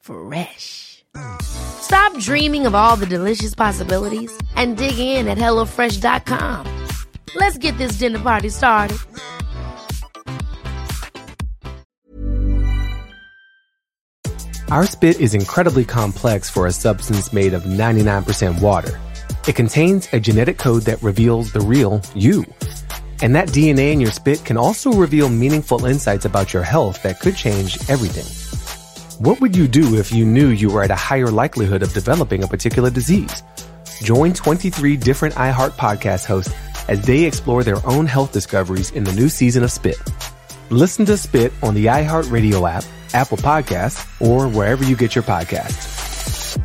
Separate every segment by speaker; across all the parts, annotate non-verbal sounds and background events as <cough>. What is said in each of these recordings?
Speaker 1: Fresh. Stop dreaming of all the delicious possibilities and dig in at HelloFresh.com. Let's get this dinner party started.
Speaker 2: Our spit is incredibly complex for a substance made of 99% water. It contains a genetic code that reveals the real you. And that DNA in your spit can also reveal meaningful insights about your health that could change everything. What would you do if you knew you were at a higher likelihood of developing a particular disease? Join 23 different iHeart podcast hosts as they explore their own health discoveries in the new season of Spit. Listen to Spit on the iHeartRadio app, Apple Podcasts, or wherever you get your podcasts.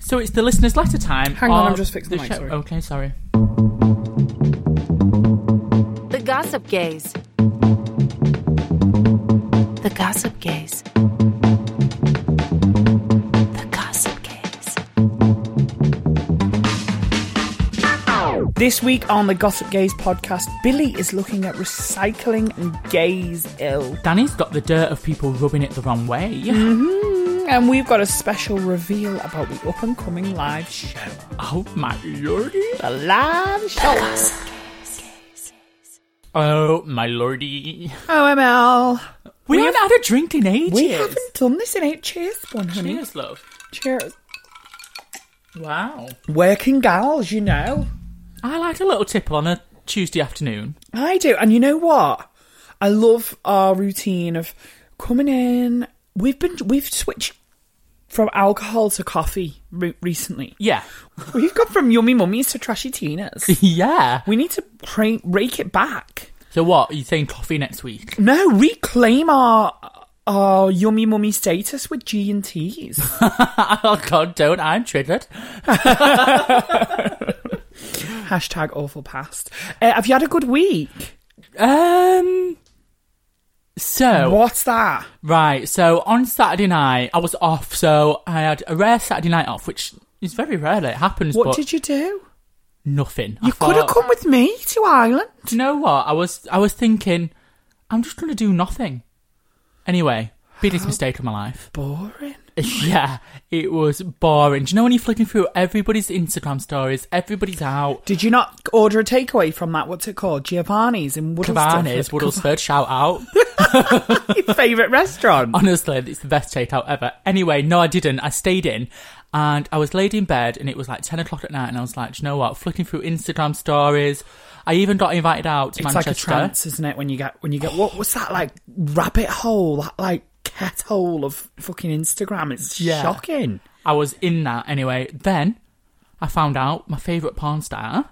Speaker 3: So it's the listener's letter time.
Speaker 4: Hang on,
Speaker 3: of
Speaker 4: I'm just fixing the mic,
Speaker 3: show-
Speaker 4: sorry.
Speaker 3: Okay, sorry.
Speaker 5: The Gossip Gaze. The Gossip Gaze. The Gossip Gaze.
Speaker 4: This week on the Gossip Gaze podcast, Billy is looking at recycling and gaze ill.
Speaker 3: Danny's got the dirt of people rubbing it the wrong way.
Speaker 4: Mm. And we've got a special reveal about the up and coming live show.
Speaker 3: Oh my lordy.
Speaker 4: The live show.
Speaker 3: Oh my lordy.
Speaker 4: OML.
Speaker 3: We, haven't had a drink in ages.
Speaker 4: We haven't done this in eight cheers, one honey.
Speaker 3: Cheers, love.
Speaker 4: Cheers.
Speaker 3: Wow.
Speaker 4: Working gals, you know.
Speaker 3: I like a little tipple on a Tuesday afternoon.
Speaker 4: I do. And you know what? I love our routine of coming in. We've been we've switched from alcohol to coffee re- recently.
Speaker 3: Yeah. <laughs>
Speaker 4: We've gone from yummy mummies to trashy tinas.
Speaker 3: yeah.
Speaker 4: We need to pra- rake it back.
Speaker 3: So what? Are you saying coffee next week? <laughs>
Speaker 4: No, reclaim our our yummy mummy status with G
Speaker 3: <laughs>
Speaker 4: and T's.
Speaker 3: oh god, don't. I'm triggered.
Speaker 4: Hashtag awful past. Uh, have you had a good week?
Speaker 3: Um. So.
Speaker 4: What's that?
Speaker 3: Right, so on Saturday night, I was off, so I had a rare Saturday night off, which is very rarely it happens,
Speaker 4: What
Speaker 3: but
Speaker 4: did you do?
Speaker 3: nothing. I
Speaker 4: You could have
Speaker 3: thought,
Speaker 4: come with me to Ireland.
Speaker 3: Do you know what? I was I was thinking, I'm just gonna do nothing. Anyway,
Speaker 4: <gasps>
Speaker 3: biggest mistake of my life. <laughs>
Speaker 4: Boring.
Speaker 3: yeah, it was boring. Do you know when you're flicking through everybody's Instagram stories, everybody's out,
Speaker 4: Did you not order a takeaway from that? What's it called? Giovanni's in Woodlesford.
Speaker 3: Cavani's, Woodlesford, shout out.
Speaker 4: Your favourite restaurant.
Speaker 3: <laughs> Honestly, it's the best takeout ever. Anyway, no, I didn't. I stayed in and I was laid in bed and it was like 10 o'clock at night and I was like, Do you know what? Flicking through Instagram stories. I even got invited out to
Speaker 4: It's like
Speaker 3: Manchester.
Speaker 4: a trance, isn't it? When you get when you get what what's that like rabbit hole? That like cat hole of fucking Instagram. It's
Speaker 3: Yeah.
Speaker 4: shocking.
Speaker 3: I was in that anyway. Then I found out my favourite porn star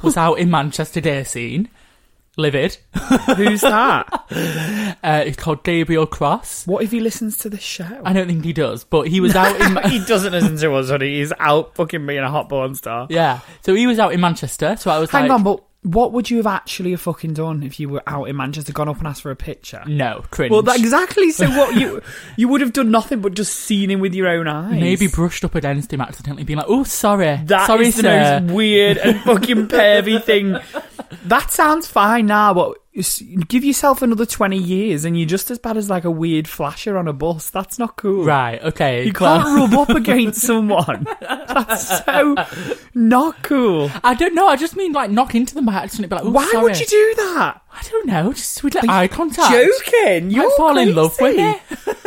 Speaker 3: was out in Manchester Day Scene. Livid.
Speaker 4: Who's that?
Speaker 3: Uh, it's called Gabriel Cross.
Speaker 4: <laughs> what if he listens to this show?
Speaker 3: I don't think he does, but he was out
Speaker 4: <laughs>
Speaker 3: in.
Speaker 4: he doesn't listen to us, honey. He's out fucking being a hot porn star.
Speaker 3: yeah, so he was out in Manchester. So I was
Speaker 4: Hang
Speaker 3: like,
Speaker 4: on, but what would you have actually have fucking done if you were out in Manchester, gone up and asked for a picture?
Speaker 3: no, cringe.
Speaker 4: Well, that, exactly. So what you <laughs> you would have done nothing but just seen him with your own eyes.
Speaker 3: Maybe brushed up against him accidentally, being like, "Oh, sorry,
Speaker 4: That is
Speaker 3: sorry,
Speaker 4: the
Speaker 3: sir."
Speaker 4: most weird <laughs> and fucking pervy thing. That sounds fine now, but s- give yourself another twenty years, and you're just as bad as like a weird flasher on a bus. That's not cool.
Speaker 3: Right, okay.
Speaker 4: You
Speaker 3: well,
Speaker 4: can't rub up against <laughs> someone. That's so not cool.
Speaker 3: I don't know. I just mean like knock into them by accident. Be like, "Oh,
Speaker 4: Why
Speaker 3: sorry."
Speaker 4: would you do that?
Speaker 3: I don't know. Just with like, eye contact.
Speaker 4: Joking?
Speaker 3: You
Speaker 4: You're
Speaker 3: might fall in love with
Speaker 4: crazy.
Speaker 3: me.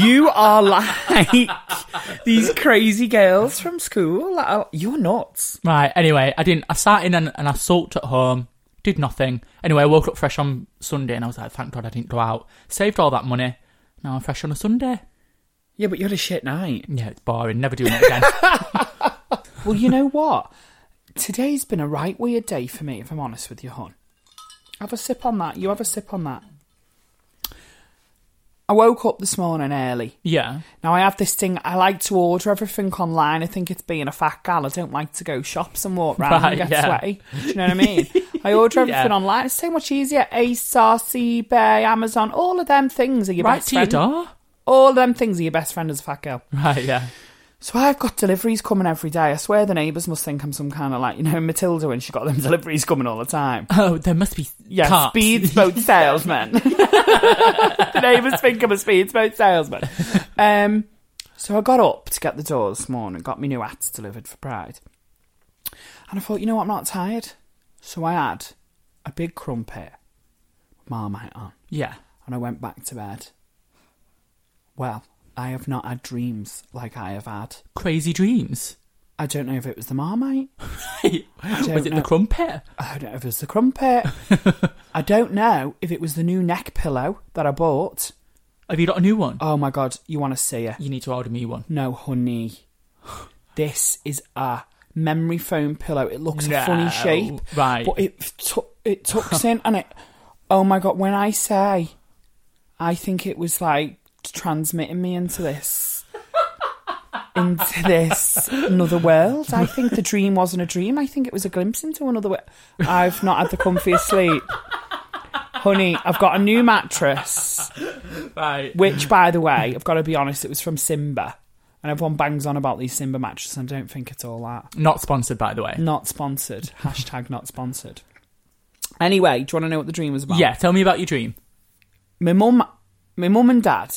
Speaker 4: you are like <laughs> these crazy girls from school. that are- You're nuts.
Speaker 3: Right. Anyway, I didn't. I sat in and, and I sulked at home. Did nothing. Anyway, I woke up fresh on Sunday and I was like, thank God I didn't go out. Saved all that money. Now I'm fresh on a Sunday.
Speaker 4: Yeah, but you had a shit night.
Speaker 3: Yeah, it's boring. Never doing it
Speaker 4: <laughs>
Speaker 3: again.
Speaker 4: Well, you know what? Today's been a right weird day for me, if I'm honest with you, hon. Have a sip on that. You have a sip on that. I woke up this morning early.
Speaker 3: yeah.
Speaker 4: Now I have this thing. I like to order everything online. I think it's being a fat gal. I don't like to go shops and walk around
Speaker 3: Right,
Speaker 4: and get
Speaker 3: yeah.
Speaker 4: sweaty. Do you know what
Speaker 3: <laughs>
Speaker 4: I mean? I order everything
Speaker 3: Yeah.
Speaker 4: online. It's so much easier. ASOS, eBay, Amazon, all of them things are your
Speaker 3: right
Speaker 4: best
Speaker 3: to your
Speaker 4: friend.
Speaker 3: door.
Speaker 4: All of them things are your best friend as a fat girl.
Speaker 3: Right. Yeah.
Speaker 4: So I've got deliveries coming every day. I swear the neighbours must think I'm some kind of like you know Matilda when she got them <laughs> deliveries coming all the time.
Speaker 3: Oh, there must be
Speaker 4: Yeah,
Speaker 3: carts. <laughs>
Speaker 4: speedboat salesman. <laughs> the neighbours think I'm a speedboat salesman. Um, so I got up to get the door this morning, got my new hats delivered for Pride. And I thought, you know what, I'm not tired. So I had a big crumpet with Marmite on,
Speaker 3: Yeah.
Speaker 4: and I went back to bed. Well, I have not had dreams like I have had.
Speaker 3: Crazy dreams.
Speaker 4: I don't know if it was the Marmite.
Speaker 3: <laughs> Was it
Speaker 4: know.
Speaker 3: the crumpet?
Speaker 4: I don't know if it was the crumpet. I don't know if it was the new neck pillow that I bought.
Speaker 3: Have you got a new one?
Speaker 4: Oh my god, you want to see her?
Speaker 3: You need to order me one.
Speaker 4: No, honey. This is a memory foam pillow. It looks a
Speaker 3: No,
Speaker 4: funny shape,
Speaker 3: right.
Speaker 4: But it tu- it tucks in, and it. Oh my god! When I say, I think it was like transmitting me into this. Into this another world. I think the dream wasn't a dream. I think it was a glimpse into another world. I've not had the comfiest sleep. Honey, I've got a new mattress.
Speaker 3: Right.
Speaker 4: Which, by the way, I've got to be honest, it was from Simba. And everyone bangs on about these Simba mattresses, and I don't think it's all that.
Speaker 3: Not sponsored, by the way.
Speaker 4: Not sponsored. <laughs> Hashtag not sponsored. Anyway, do you want to know what the dream was about?
Speaker 3: Yeah. Tell me about your dream.
Speaker 4: My mum, my mum and dad,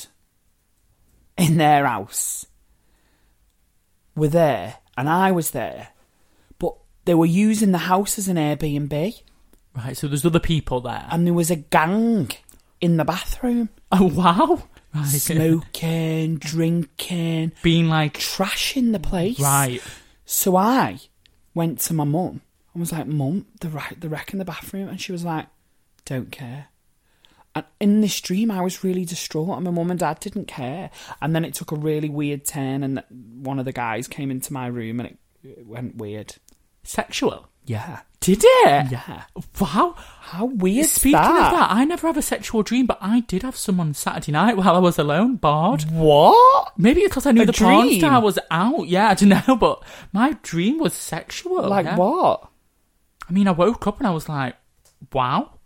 Speaker 4: in their house, were there, and I was there, but they were using the house as an Airbnb,
Speaker 3: Right. So there's other people there.
Speaker 4: and there was a gang in the bathroom,
Speaker 3: <laughs> oh wow. Right.
Speaker 4: smoking, drinking,
Speaker 3: <laughs> Being like.
Speaker 4: trashing the place.
Speaker 3: Right.
Speaker 4: So I went to my mum and was like, "Mum, the right, the wreck in the bathroom," and she was like, "Don't care." And in this dream, I was really distraught, and my mum and dad didn't care. And then it took a really weird turn, and one of the guys came into my room, and it, it went weird.
Speaker 3: Sexual.
Speaker 4: Yeah,
Speaker 3: Did it?
Speaker 4: yeah.
Speaker 3: Wow.
Speaker 4: How weird!
Speaker 3: Speaking of that, I never have a sexual dream, but I did have some on Saturday night while I was alone, bored.
Speaker 4: what?
Speaker 3: Maybe because I knew
Speaker 4: A
Speaker 3: the porn
Speaker 4: dream?
Speaker 3: star was out. Yeah, I don't <laughs> know, but my dream was sexual.
Speaker 4: Like
Speaker 3: yeah.
Speaker 4: what?
Speaker 3: I mean, I woke up and I was like, wow.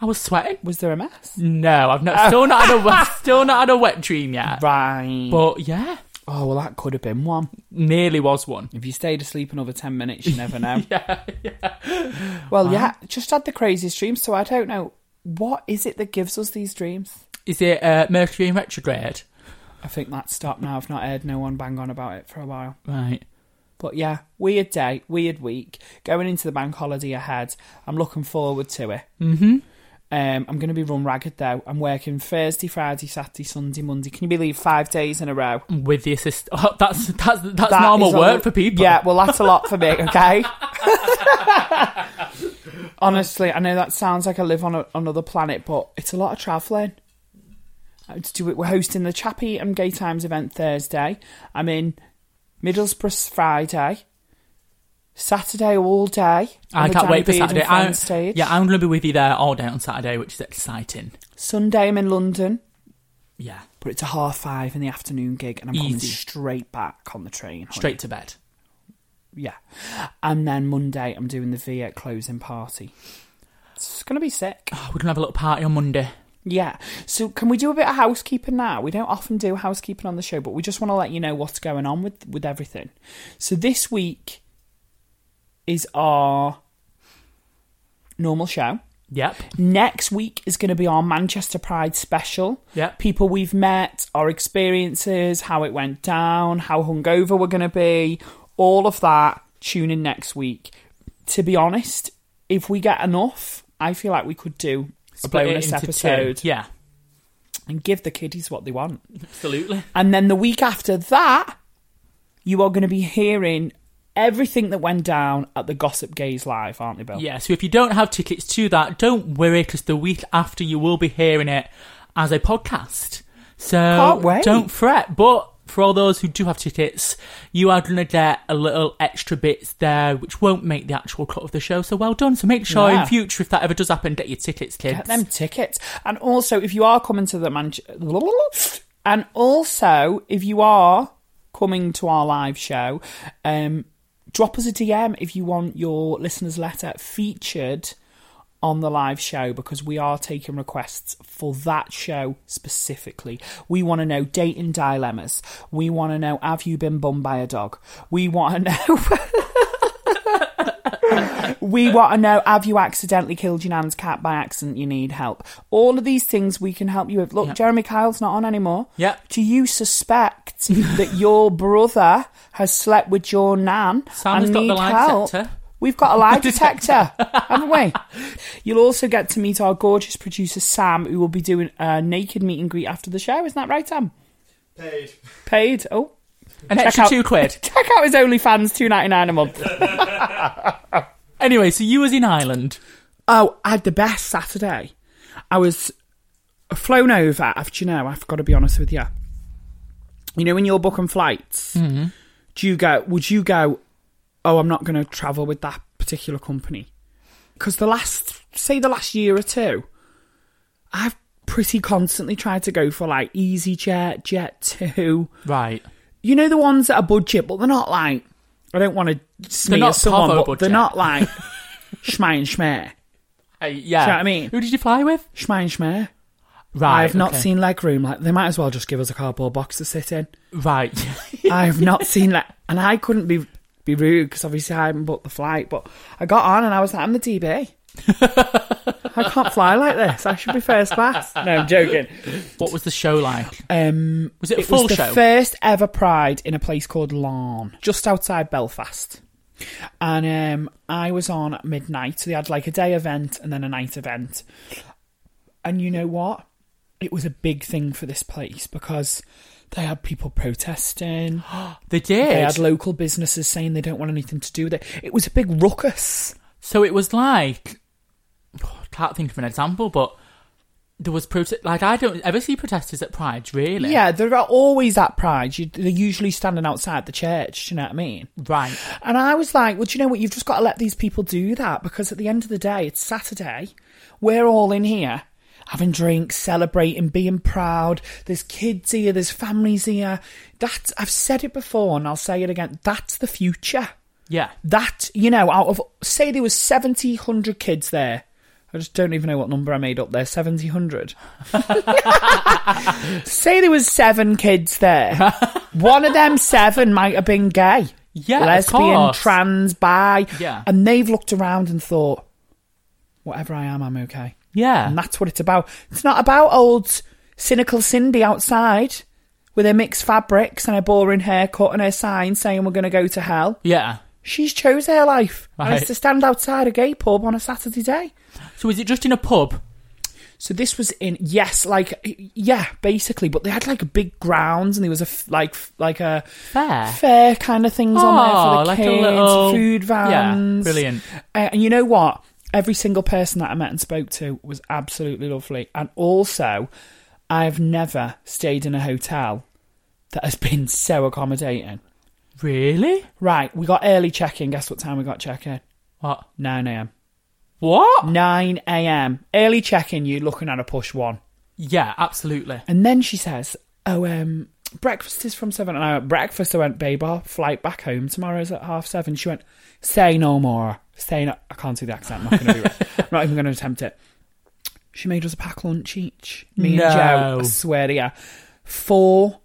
Speaker 3: I was sweating.
Speaker 4: Was there a mess?
Speaker 3: No, I've not, still not had a
Speaker 4: <laughs>
Speaker 3: wet, still not had a wet dream yet.
Speaker 4: Right.
Speaker 3: But yeah,
Speaker 4: oh well, that could have been one.
Speaker 3: nearly was one.
Speaker 4: If you stayed asleep another 10 minutes, you never know. <laughs> yeah, Well, yeah, just had the craziest dreams, so I don't know. What is it that gives us these dreams?
Speaker 3: Is it uh, Mercury in retrograde?
Speaker 4: I think that's stopped now. I've not heard no one bang on about it for a while.
Speaker 3: Right.
Speaker 4: But yeah, weird day, weird week. Going into the bank holiday ahead, I'm looking forward to it. Mm-hmm. Um, I'm going to be run ragged though. I'm working Thursday, Friday, Saturday, Sunday, Monday. Can you believe five days in a row?
Speaker 3: With the assist, <laughs> oh, that's that's that's
Speaker 4: That
Speaker 3: normal
Speaker 4: is a-
Speaker 3: work for people.
Speaker 4: Yeah, well, that's a lot for me, okay? <laughs> Honestly, I know that sounds like I live on a, another planet, but it's a lot of travelling. Uh, To do it, we're hosting the Chappie and Gay Times event Thursday. I'm in Middlesbrough Friday. Saturday all day. on
Speaker 3: I can't
Speaker 4: the Danny
Speaker 3: wait for
Speaker 4: Beard and
Speaker 3: Saturday.
Speaker 4: Friends
Speaker 3: I,
Speaker 4: stage.
Speaker 3: Yeah, I'm going to be with you there all day on Saturday, which is exciting.
Speaker 4: Sunday I'm in London,
Speaker 3: Yeah,
Speaker 4: but it's a half five in the afternoon gig, and I'm coming
Speaker 3: Easy.
Speaker 4: straight back on the train. honey.
Speaker 3: straight to bed.
Speaker 4: Yeah. And then Monday, I'm doing the V at closing party. It's going to be sick.
Speaker 3: Oh, we're going to have a little party on Monday.
Speaker 4: Yeah. So, can we do a bit of housekeeping now? We don't often do housekeeping on the show, but we just want to let you know what's going on with, with everything. So, this week is our normal show.
Speaker 3: Yep.
Speaker 4: Next week is going to be our Manchester Pride special.
Speaker 3: Yeah.
Speaker 4: People we've met, our experiences, how it went down, how hungover we're going to be, all of that. Tune in next week. To be honest, if we get enough, I feel like we could do a
Speaker 3: Split it
Speaker 4: bonus
Speaker 3: into two.
Speaker 4: episode
Speaker 3: Yeah.
Speaker 4: and give the kiddies what they want.
Speaker 3: Absolutely.
Speaker 4: And then the week after that, you are going to be hearing everything that went down at the Gossip Gaze Live, aren't they, Bill?
Speaker 3: Yeah, so if you don't have tickets to that, don't worry because the week after you will be hearing it as a podcast. So
Speaker 4: Can't wait.
Speaker 3: don't fret. But for all those who do have tickets, you are going to get a little extra bits there which won't make the actual cut of the show. So well done. So make sure
Speaker 4: Yeah.
Speaker 3: in future, if that ever does happen, get your tickets, kids.
Speaker 4: Get them tickets. And also, if you are coming to the Manchester. And also, if you are coming to our live show, um, drop us a DM if you want your listener's letter featured on the live show because we are taking requests for that show specifically. We want to know dating dilemmas. We want to know have you been bummed by a dog? We want to <laughs> know we want to know have you accidentally killed your nan's cat by accident you need help all of these things we can help you with look jeremy kyle's not on anymore
Speaker 3: Yep.
Speaker 4: do you
Speaker 3: <laughs>
Speaker 4: suspect that your brother has slept with your nan
Speaker 3: Sam
Speaker 4: and
Speaker 3: has got the
Speaker 4: need
Speaker 3: lie
Speaker 4: help?
Speaker 3: detector.
Speaker 4: We've got
Speaker 3: <laughs>
Speaker 4: a lie detector, haven't we? You'll also get to meet our gorgeous producer Sam, who will be doing a naked meet and greet after the show. Isn't that right, Sam? Paid. Paid. Oh,
Speaker 3: An
Speaker 4: check
Speaker 3: extra
Speaker 4: out-
Speaker 3: two
Speaker 4: <laughs>
Speaker 3: quid.
Speaker 4: check out his OnlyFans, two ninety nine a month.
Speaker 3: Anyway, so you was in Ireland.
Speaker 4: Oh, I had the best Saturday. I was flown over. I've, do you know, I've got to be honest with you. You know, when you're booking flights,
Speaker 3: Mm-hmm.
Speaker 4: do you go? Would you go? Oh, I'm not going to travel with that particular company because the last, say, the last year or two, I've pretty constantly tried to go for like EasyJet, Jet2.
Speaker 3: Right.
Speaker 4: You know the ones that are budget, but they're not like. I don't want to smear
Speaker 3: not
Speaker 4: someone,
Speaker 3: Pavo
Speaker 4: but they're
Speaker 3: budget.
Speaker 4: not like
Speaker 3: <laughs>
Speaker 4: schmai and schmear.
Speaker 3: Hey, yeah.
Speaker 4: Uh, Do you know what I mean?
Speaker 3: Who did you fly with?
Speaker 4: Schmein Schmear.
Speaker 3: Right.
Speaker 4: I have not
Speaker 3: okay.
Speaker 4: seen legroom. Like they might as well just give us a cardboard box to sit in. <laughs>
Speaker 3: Right. <laughs>
Speaker 4: I have not seen like, and I couldn't be be rude because obviously I hadn't booked the flight. But I got on and I was like, I'm
Speaker 3: <laughs>
Speaker 4: the DB. I can't fly like this. I should be first class. No, I'm joking.
Speaker 3: what was the show like?
Speaker 4: Um,
Speaker 3: Was it a
Speaker 4: it
Speaker 3: full
Speaker 4: was the
Speaker 3: show?
Speaker 4: first ever Pride in a place called Larne, just outside Belfast. And um, I was on at midnight, so they had like a day event and then a night event. And you know what? It was a big thing for this place because they had
Speaker 3: <gasps>
Speaker 4: people protesting.
Speaker 3: they did.
Speaker 4: They had local businesses saying they don't want anything to do with it. It was a big ruckus.
Speaker 3: So it was like oh, I can't think of an example, but there was protest. Like I don't ever see protesters at Pride, really.
Speaker 4: Yeah, they're always at Pride. You, they're usually standing outside the church. Do you know what I mean?
Speaker 3: Right.
Speaker 4: And I was like, well, do you know what? You've just got to let these people do that because at the end of the day, it's Saturday. We're all in here having drinks, celebrating, being proud. There's kids here, there's families here. That's, I've said it before and I'll say it again. That's the future.
Speaker 3: Yeah.
Speaker 4: That, you know, out of, say there was 70, 100 kids there. I just don't even know what number I made up there. 70,
Speaker 3: <laughs>
Speaker 4: 100. say there was seven kids there.
Speaker 3: <laughs>
Speaker 4: One of them seven might have been gay
Speaker 3: Yeah. of
Speaker 4: lesbian,
Speaker 3: course.
Speaker 4: trans, bi.
Speaker 3: Yeah.
Speaker 4: And they've looked around and thought, whatever I am, I'm okay.
Speaker 3: Yeah.
Speaker 4: And that's what it's about. It's not about old cynical Cindy outside with her mixed fabrics and her boring haircut and her sign saying we're going to go to hell.
Speaker 3: yeah.
Speaker 4: She's chose her life. And
Speaker 3: Right.
Speaker 4: it's to stand outside a gay pub on a Saturday day.
Speaker 3: So is it just in a pub?
Speaker 4: So this was in yes, like yeah, basically. But they had like a big grounds, and there was a f- like f- like a
Speaker 3: Fair.
Speaker 4: fair kind of things on there for
Speaker 3: Oh,
Speaker 4: the
Speaker 3: like a
Speaker 4: kids,
Speaker 3: little-
Speaker 4: food
Speaker 3: Yeah,
Speaker 4: vans.
Speaker 3: brilliant.
Speaker 4: Uh, and you know what? Every single person that I met and spoke to was absolutely lovely. And also, I've never stayed in a hotel that has been <laughs> so accommodating.
Speaker 3: Really?
Speaker 4: Right, we got early check in. Guess what time we got check in?
Speaker 3: What?
Speaker 4: 9 a.m.
Speaker 3: What?
Speaker 4: 9 a.m. Early check in, you're looking at a push one.
Speaker 3: Yeah, absolutely.
Speaker 4: And then she says, "Oh, um, breakfast is from seven. And I went, breakfast. I went, babe, our flight back home tomorrow's at half seven. She went, "Say no more. Say no." I can't do the accent. I'm not going to do
Speaker 3: <laughs>
Speaker 4: it. I'm not even going to attempt it. She made us a pack lunch each. Me and Joe.
Speaker 3: No.
Speaker 4: I swear to you, four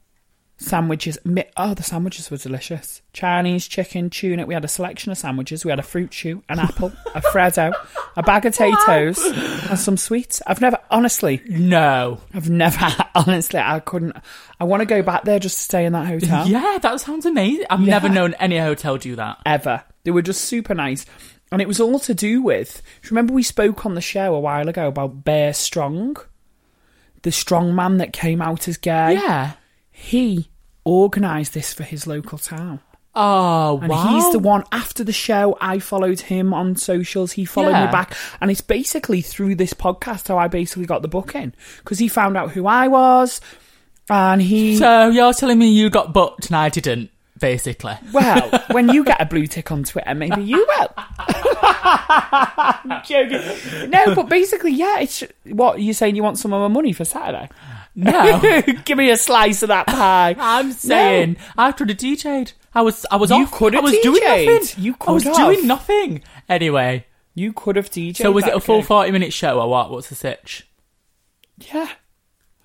Speaker 4: sandwiches. Mi- Oh, the sandwiches were delicious. Chinese chicken, tuna. We had a selection of sandwiches. We had a fruit shoe, an apple,
Speaker 3: <laughs>
Speaker 4: a freddo, a bag of potatoes, and some sweets. I've never, honestly,
Speaker 3: No.
Speaker 4: I've never, <laughs> honestly, I couldn't. I want to go back there just to stay in that hotel.
Speaker 3: Yeah, that sounds amazing. I've never
Speaker 4: Yeah.
Speaker 3: known any hotel do that.
Speaker 4: Ever. They were just super nice. And it was all to do with. do you Remember, we spoke on the show a while ago about Bear Strong? the strong man that came out as gay.
Speaker 3: Yeah.
Speaker 4: He organised this for his local town.
Speaker 3: Oh,
Speaker 4: And
Speaker 3: wow.
Speaker 4: he's the one after the show. I followed him on socials. He followed
Speaker 3: Yeah.
Speaker 4: me back. And it's basically through this podcast how I basically got the booking because he found out who I was. And he.
Speaker 3: So you're telling me you got booked and I didn't, basically.
Speaker 4: well, when you get a blue tick on Twitter, maybe you will. <laughs> I'm joking. No, but basically, yeah, it's what you're saying. You want some of my money for Saturday?
Speaker 3: No.
Speaker 4: <laughs> Give me a slice of that pie.
Speaker 3: <laughs> I'm
Speaker 4: No.
Speaker 3: saying I could have DJ'd. I was I was
Speaker 4: You
Speaker 3: off.
Speaker 4: could
Speaker 3: I
Speaker 4: have
Speaker 3: was doing
Speaker 4: DJ'd.
Speaker 3: nothing.
Speaker 4: You
Speaker 3: I was
Speaker 4: could have.
Speaker 3: doing nothing. Anyway,
Speaker 4: you could have DJ.
Speaker 3: so was it a full
Speaker 4: four?
Speaker 3: forty minute show or what? What's the sitch?
Speaker 4: Yeah.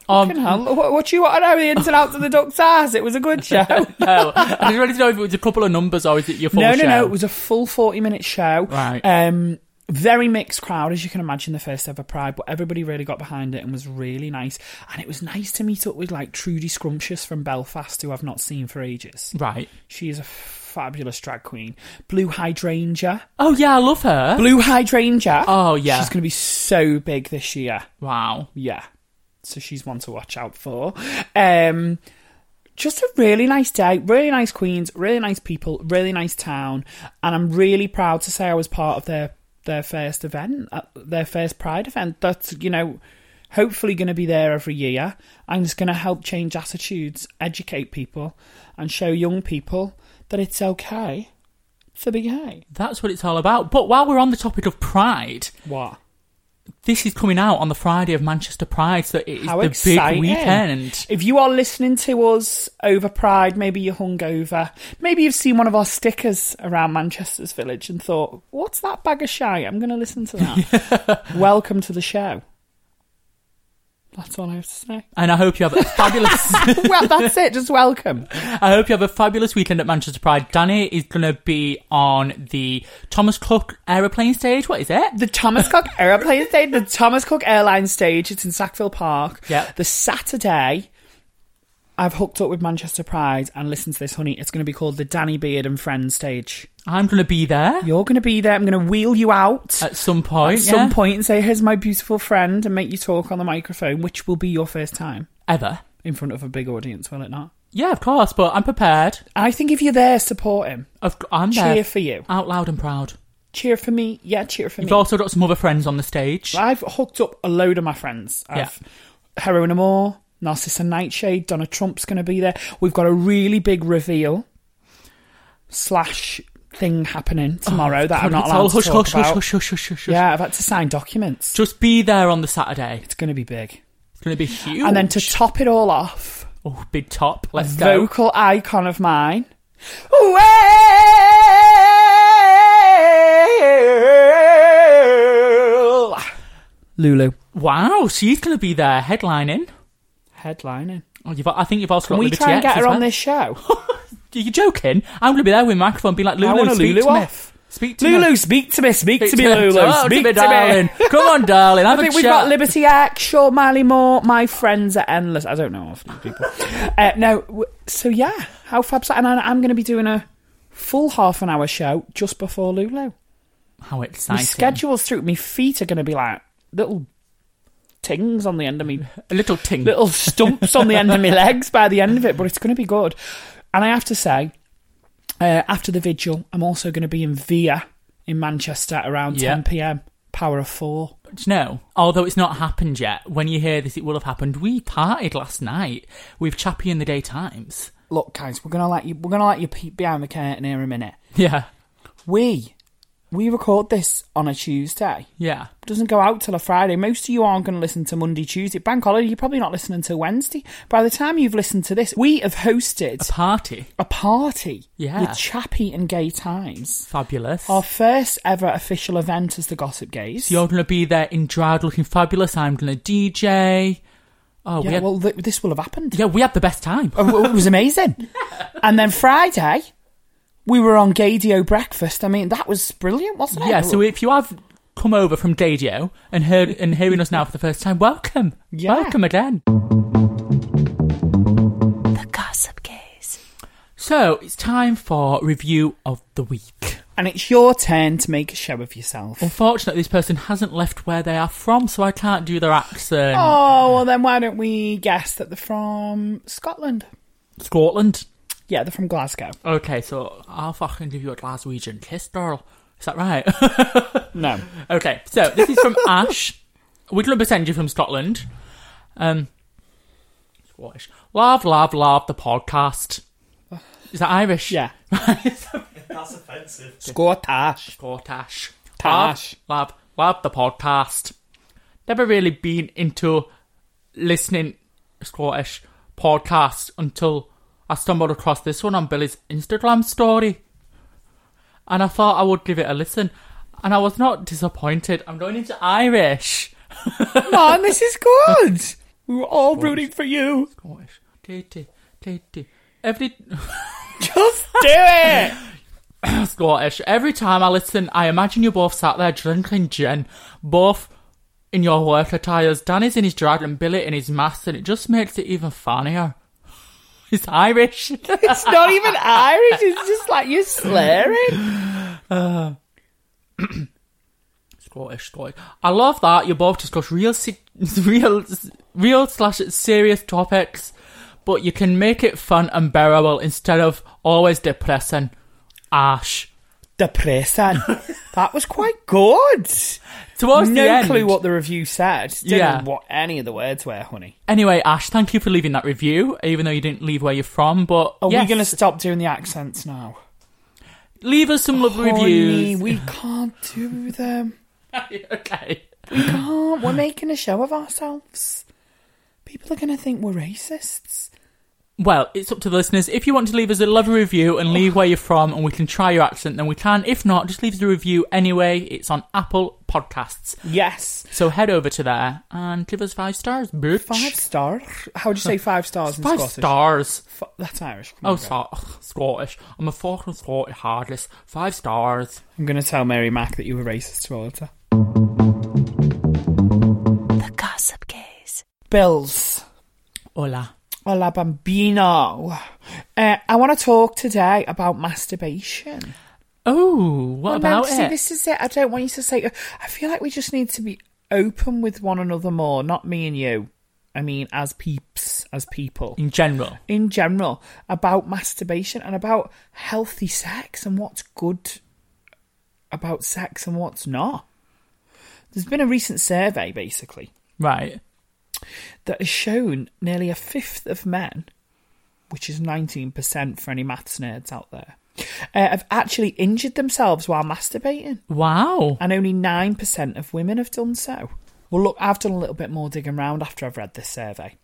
Speaker 3: Um,
Speaker 4: Fucking hell. What, what you want to know? The ins and outs of the duck's ass. It was
Speaker 3: <laughs>
Speaker 4: a good show. <laughs>
Speaker 3: no, Oh, I just wanted to know if it was a couple of numbers or is it your full
Speaker 4: no,
Speaker 3: show?
Speaker 4: no, no. It was a full 40 minute show.
Speaker 3: Right.
Speaker 4: Um, very mixed crowd, as you can imagine, the first ever Pride, but everybody really got behind it and was really nice. And it was nice to meet up with like Trudy Scrumptious from Belfast, who I've not seen for ages.
Speaker 3: right.
Speaker 4: She is a fabulous drag queen. Blue Hydrangea.
Speaker 3: Oh yeah, I love her.
Speaker 4: Blue Hydrangea.
Speaker 3: Oh, yeah.
Speaker 4: She's going to be so big this year.
Speaker 3: Wow.
Speaker 4: Yeah. So she's one to watch out for. Um just a really nice day, really nice queens, really nice people, really nice town, and I'm really proud to say I was part of their their first event, uh, their first Pride event. That's you know, hopefully going to be there every year. I'm just going to help change attitudes, educate people, and show young people that it's okay to be gay.
Speaker 3: That's what it's all about. But while we're on the topic of Pride,
Speaker 4: What?
Speaker 3: this is coming out on the Friday of Manchester Pride, so it is
Speaker 4: How
Speaker 3: the
Speaker 4: exciting.
Speaker 3: big weekend.
Speaker 4: If you are listening to us over Pride, maybe you're hungover, maybe you've seen one of our stickers around Manchester's village and thought, what's that bag of shy? I'm going to listen to that.
Speaker 3: <laughs>
Speaker 4: Welcome to the show. That's all I have to say.
Speaker 3: And I hope you have a fabulous
Speaker 4: <laughs> well, that's it. Just welcome.
Speaker 3: I hope you have a fabulous weekend at Manchester Pride. Danny is going to be on the Thomas Cook aeroplane stage. What is it?
Speaker 4: The Thomas Cook Airplane Stage, the Thomas Cook Airlines Stage. It's in Sackville Park.
Speaker 3: Yeah.
Speaker 4: The Saturday, I've hooked up with Manchester Pride and listen to this, honey. It's going to be called the Danny Beard and Friends Stage.
Speaker 3: I'm going to be there
Speaker 4: You're going to be there. I'm going to wheel you out at
Speaker 3: at some point. Uh, yeah?
Speaker 4: some point and say, here's my beautiful friend, and make you talk on the microphone, which will be your first time
Speaker 3: Ever.
Speaker 4: in front of a big audience, will it not?
Speaker 3: Yeah, of course, but I'm prepared.
Speaker 4: I think if you're there, support him.
Speaker 3: Of, I'm
Speaker 4: Cheer
Speaker 3: there.
Speaker 4: for you.
Speaker 3: Out loud and proud.
Speaker 4: Cheer for me. Yeah, cheer for
Speaker 3: You've
Speaker 4: me.
Speaker 3: also got some other friends on the stage.
Speaker 4: I've hooked up a load of my friends. I've Heroin and More, Narcissa Nightshade, Donna Trump's going to be there. We've got a really big reveal slash thing happening tomorrow that I'm
Speaker 3: Oh,
Speaker 4: not
Speaker 3: It's
Speaker 4: allowed
Speaker 3: all
Speaker 4: to
Speaker 3: hush,
Speaker 4: talk
Speaker 3: hush,
Speaker 4: about.
Speaker 3: hush, hush, hush, hush, hush, hush.
Speaker 4: Yeah, I've had to sign documents.
Speaker 3: Just be there on the Saturday.
Speaker 4: It's going to be big.
Speaker 3: It's going to be huge.
Speaker 4: And then to top it all off,
Speaker 3: oh, big top. Let's go.
Speaker 4: vocal icon of mine. Well, Lulu.
Speaker 3: Wow, she's going to be there headlining.
Speaker 4: Headlining.
Speaker 3: Oh, you've, I think you've also
Speaker 4: Can
Speaker 3: got
Speaker 4: we
Speaker 3: Liberty
Speaker 4: try and
Speaker 3: X
Speaker 4: get her
Speaker 3: as
Speaker 4: on
Speaker 3: well.
Speaker 4: this show?
Speaker 3: Are you joking? I'm going to be there with a microphone, being like, <laughs>
Speaker 4: I
Speaker 3: Lulu,
Speaker 4: want a
Speaker 3: speak
Speaker 4: Lulu
Speaker 3: to me.
Speaker 4: off.
Speaker 3: Speak to me.
Speaker 4: Lulu, speak to me, speak, to me, Lulu.
Speaker 3: Talk
Speaker 4: speak
Speaker 3: to me, darling. Come on, darling.
Speaker 4: I
Speaker 3: Have
Speaker 4: think
Speaker 3: a
Speaker 4: we've
Speaker 3: chat.
Speaker 4: got Liberty X, Shaw Miley Moore, My Friends Are Endless. I don't know half these people. uh, no, w- so yeah, how fab's that? And I, I'm going to be doing a full half an hour show just before Lulu.
Speaker 3: How
Speaker 4: My
Speaker 3: exciting!
Speaker 4: schedule's through. My feet are going to be like little tings on the end of me,
Speaker 3: a little ting.
Speaker 4: little stumps on the end of my legs by the end of it, but it's going to be good. And I have to say, uh, after the vigil, I'm also going to be in Via in Manchester around
Speaker 3: Yeah.
Speaker 4: 10 pm. Power of four.
Speaker 3: Do you know? Although it's not happened yet, when you hear this, it will have happened. We partied last night with Chappie in the daytimes. <laughs>
Speaker 4: Look, guys, we're gonna let you. We're gonna let you peek behind the curtain here a minute.
Speaker 3: Yeah,
Speaker 4: We we record this on a Tuesday.
Speaker 3: yeah.
Speaker 4: doesn't go out till a Friday. Most of you aren't going to listen to Monday, Tuesday, bank holiday. You're probably not listening till Wednesday. By the time you've listened to this, we have hosted
Speaker 3: A party,
Speaker 4: a party
Speaker 3: Yeah.
Speaker 4: with Chappie and Gay Times.
Speaker 3: fabulous.
Speaker 4: Our first ever official event as the Gossip Gays.
Speaker 3: So you're going to be there in drag, looking fabulous. I'm going to DJ. Oh, we
Speaker 4: yeah,
Speaker 3: had,
Speaker 4: well, th- this will have happened.
Speaker 3: yeah, we had the best time.
Speaker 4: Oh, it
Speaker 3: <laughs>
Speaker 4: was amazing. and then Friday, we were on Gaydio Breakfast. I mean, that was brilliant, wasn't it?
Speaker 3: yeah. So if you have come over from Dadio and heard and hearing us now for the first time, welcome.
Speaker 4: Yeah.
Speaker 3: Welcome again.
Speaker 5: The Gossip Gaze.
Speaker 3: So it's time for review of the week.
Speaker 4: and it's your turn to make a show of yourself.
Speaker 3: Unfortunately, this person hasn't left where they are from, so I can't do their accent.
Speaker 4: Oh, well, then why don't we guess that they're from Scotland?
Speaker 3: Scotland.
Speaker 4: Yeah, they're from Glasgow.
Speaker 3: Okay, so I'll fucking give you a Glaswegian kiss, girl. Is that right? <laughs>
Speaker 4: No.
Speaker 3: okay, so this
Speaker 4: <laughs>
Speaker 3: is from Ash. We'd love to send you from Scotland. Um, Scottish. Love, love, love the podcast. Is that Irish?
Speaker 4: <laughs> Yeah.
Speaker 6: That's offensive.
Speaker 4: Scottish.
Speaker 3: Scottish.
Speaker 4: Tash.
Speaker 3: Love, love, love the podcast. Never really been into listening Scottish podcasts until I stumbled across this one on Billy's Instagram story. And I thought I would give it a listen. And I was not disappointed. I'm going into Irish. <laughs>
Speaker 4: Man, this is good. We were all rooting for you.
Speaker 3: Scottish. Titty, titty. Every
Speaker 4: Just do it.
Speaker 3: Scottish. Every time I listen, I imagine you both sat there drinking gin, both in your work attires. Danny's in his drag and Billy in his mask, and it just makes it even funnier. <laughs> It's Irish. <laughs>
Speaker 4: It's not even Irish. It's just like you're slurring.
Speaker 3: Scottish, Scottish. I love that you both discuss real, se- <laughs> real, real slash serious topics, but you can make it fun and bearable instead of always depressing. Ash.
Speaker 4: Depressing. That was quite good.
Speaker 3: Towards the
Speaker 4: No
Speaker 3: end.
Speaker 4: clue what the review said. Didn't
Speaker 3: Yeah.
Speaker 4: know what any of the words were, honey.
Speaker 3: Anyway, Ash, thank you for leaving that review, even though you didn't leave where you're from. But
Speaker 4: Are
Speaker 3: yes.
Speaker 4: we going to stop doing the accents now?
Speaker 3: Leave us some lovely
Speaker 4: Honey,
Speaker 3: reviews. <laughs>
Speaker 4: we can't do them.
Speaker 3: okay.
Speaker 4: can't. We're making a show of ourselves. People are going to think we're racists.
Speaker 3: Well, it's up to the listeners. If you want to leave us a lovely review and leave where you're from and we can try your accent, then we can. If not, just leave us a review anyway. It's on Apple Podcasts.
Speaker 4: Yes.
Speaker 3: So head over to there and give us five stars, bitch.
Speaker 4: Five stars. How would you say five stars in
Speaker 3: Five
Speaker 4: Scottish?
Speaker 3: stars.
Speaker 4: F- that's Irish. Come
Speaker 3: Oh,
Speaker 4: on, girl.
Speaker 3: so- ugh, Scottish. I'm a fucking Scottish hardless. Five stars.
Speaker 4: I'm going to tell Mary Mac that you were racist towards her.
Speaker 5: The Gossip Gaze.
Speaker 4: Bills.
Speaker 3: Hola.
Speaker 4: Hola, bambino. Uh, I want to talk today about masturbation.
Speaker 3: Oh, what
Speaker 4: Well, no,
Speaker 3: about
Speaker 4: see,
Speaker 3: it?
Speaker 4: this is it. I don't want you to say. I feel like we just need to be open with one another more. Not me and you. I mean, as peeps, as people.
Speaker 3: In general.
Speaker 4: in general about masturbation and about healthy sex and what's good about sex and what's not. There's been a recent survey basically
Speaker 3: Right.
Speaker 4: that has shown nearly a fifth of men, which is 19% for any maths nerds out there, uh, have actually injured themselves while masturbating,
Speaker 3: Wow.
Speaker 4: and only 9% of women have done so. Well, look, I've done a little bit more digging around after I've read this survey.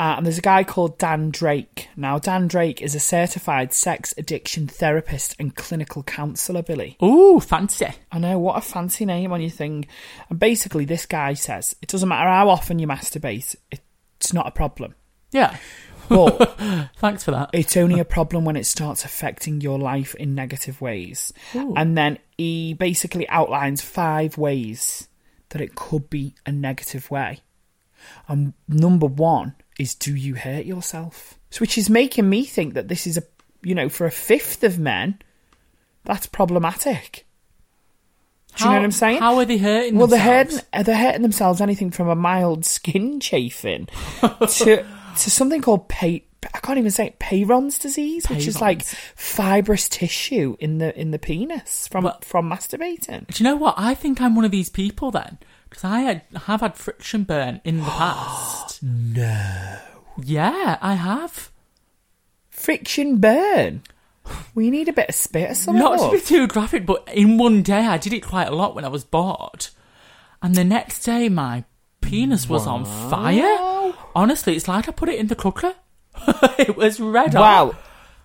Speaker 4: Uh, and there's a guy called Dan Drake. Now, Dan Drake is a certified sex addiction therapist and clinical counsellor, Billy.
Speaker 3: Ooh, fancy.
Speaker 4: I know, what a fancy name on your thing. And basically, this guy says it doesn't matter how often you masturbate, it's not a problem.
Speaker 3: Yeah.
Speaker 4: But
Speaker 3: Thanks for that.
Speaker 4: it's only a problem when it starts affecting your life in negative ways. And then he basically outlines five ways that it could be a negative way. And number one is do you hurt yourself? So Which is making me think that this is a, you know, for a fifth of men, that's problematic. Do you know
Speaker 3: How-
Speaker 4: what I'm saying?
Speaker 3: How are they hurting
Speaker 4: Well, they're
Speaker 3: themselves?
Speaker 4: hurting, they're hurting themselves anything from a mild skin <laughs> chafing to to something called pay. I can't even say it, Peyron's disease, which is like
Speaker 3: Peyronie's.
Speaker 4: fibrous tissue in the in the penis from
Speaker 3: But-
Speaker 4: from masturbating.
Speaker 3: Do you know what? I think I'm one of these people then, because I had, have had friction burn
Speaker 4: <gasps>
Speaker 3: in the past. no. Yeah, I have.
Speaker 4: Friction burn. We need a bit of spit or something.
Speaker 3: Not to
Speaker 4: love.
Speaker 3: be too graphic, but in one day I did it quite a lot when I was bored, and the next day my penis was on fire. Honestly, it's like I put it in the cooker. <laughs> it was red
Speaker 4: wow.